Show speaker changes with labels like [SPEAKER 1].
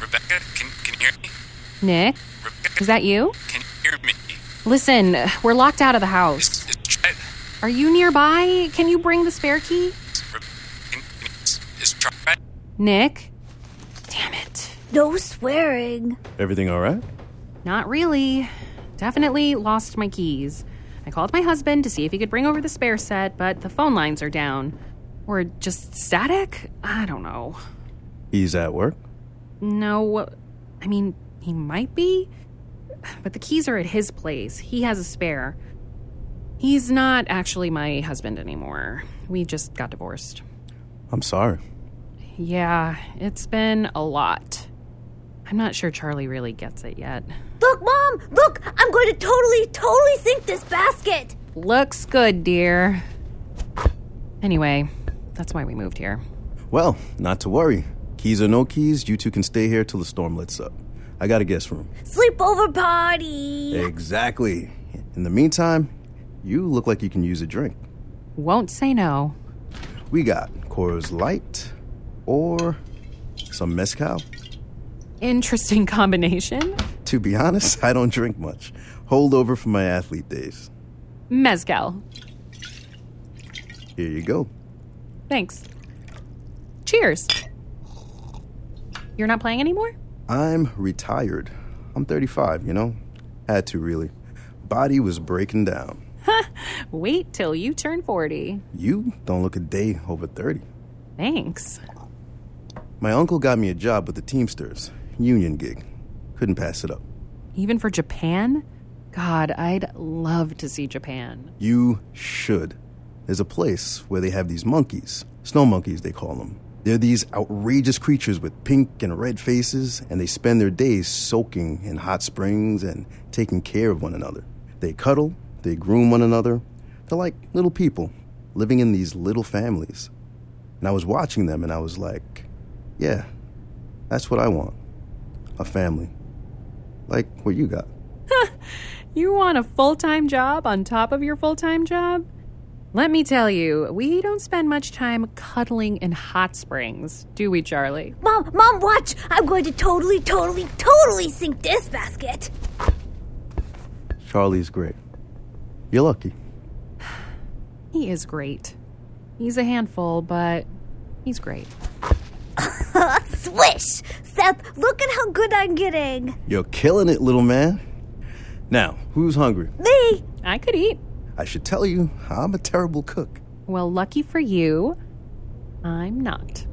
[SPEAKER 1] Rebecca, can, can you hear me?
[SPEAKER 2] Nick,
[SPEAKER 1] Rebecca,
[SPEAKER 2] is that you?
[SPEAKER 1] can you hear me?
[SPEAKER 2] Listen, we're locked out of the house.
[SPEAKER 1] Is- is- try-
[SPEAKER 2] Are you nearby? Can you bring the spare key?
[SPEAKER 1] Re- can- can- is- is try-
[SPEAKER 2] Nick? Damn it.
[SPEAKER 3] No swearing.
[SPEAKER 4] Everything all right?
[SPEAKER 2] Not really. Definitely lost my keys. I called my husband to see if he could bring over the spare set, but the phone lines are down. Or just static? I don't know.
[SPEAKER 4] He's at work?
[SPEAKER 2] No, I mean, he might be, but the keys are at his place. He has a spare. He's not actually my husband anymore. We just got divorced.
[SPEAKER 4] I'm sorry.
[SPEAKER 2] Yeah, it's been a lot. I'm not sure Charlie really gets it yet.
[SPEAKER 3] Look, Mom, look! I'm going to totally, totally sink this basket!
[SPEAKER 2] Looks good, dear. Anyway, that's why we moved here.
[SPEAKER 4] Well, not to worry. Keys or no keys, you two can stay here till the storm lets up. I got a guest room.
[SPEAKER 3] Sleepover party!
[SPEAKER 4] Exactly. In the meantime, you look like you can use a drink.
[SPEAKER 2] Won't say no.
[SPEAKER 4] We got Cora's Light or some mezcal.
[SPEAKER 2] Interesting combination.
[SPEAKER 4] To be honest, I don't drink much. Hold over from my athlete days.
[SPEAKER 2] Mezcal.
[SPEAKER 4] Here you go.
[SPEAKER 2] Thanks. Cheers. You're not playing anymore?
[SPEAKER 4] I'm retired. I'm 35, you know? Had to, really. Body was breaking down.
[SPEAKER 2] Wait till you turn 40.
[SPEAKER 4] You don't look a day over 30.
[SPEAKER 2] Thanks.
[SPEAKER 4] My uncle got me a job with the Teamsters, union gig. Couldn't pass it up.
[SPEAKER 2] Even for Japan? God, I'd love to see Japan.
[SPEAKER 4] You should. There's a place where they have these monkeys, snow monkeys, they call them. They're these outrageous creatures with pink and red faces, and they spend their days soaking in hot springs and taking care of one another. They cuddle, they groom one another. They're like little people living in these little families. And I was watching them and I was like, yeah, that's what I want a family. Like what you got.
[SPEAKER 2] You want a full time job on top of your full time job? Let me tell you, we don't spend much time cuddling in hot springs, do we, Charlie?
[SPEAKER 3] Mom, Mom, watch! I'm going to totally, totally, totally sink this basket!
[SPEAKER 4] Charlie's great. You're lucky.
[SPEAKER 2] He is great. He's a handful, but he's great.
[SPEAKER 3] Swish! Seth, look at how good I'm getting!
[SPEAKER 4] You're killing it, little man. Now, who's hungry?
[SPEAKER 3] Me!
[SPEAKER 2] I could eat.
[SPEAKER 4] I should tell you, I'm a terrible cook.
[SPEAKER 2] Well, lucky for you, I'm not.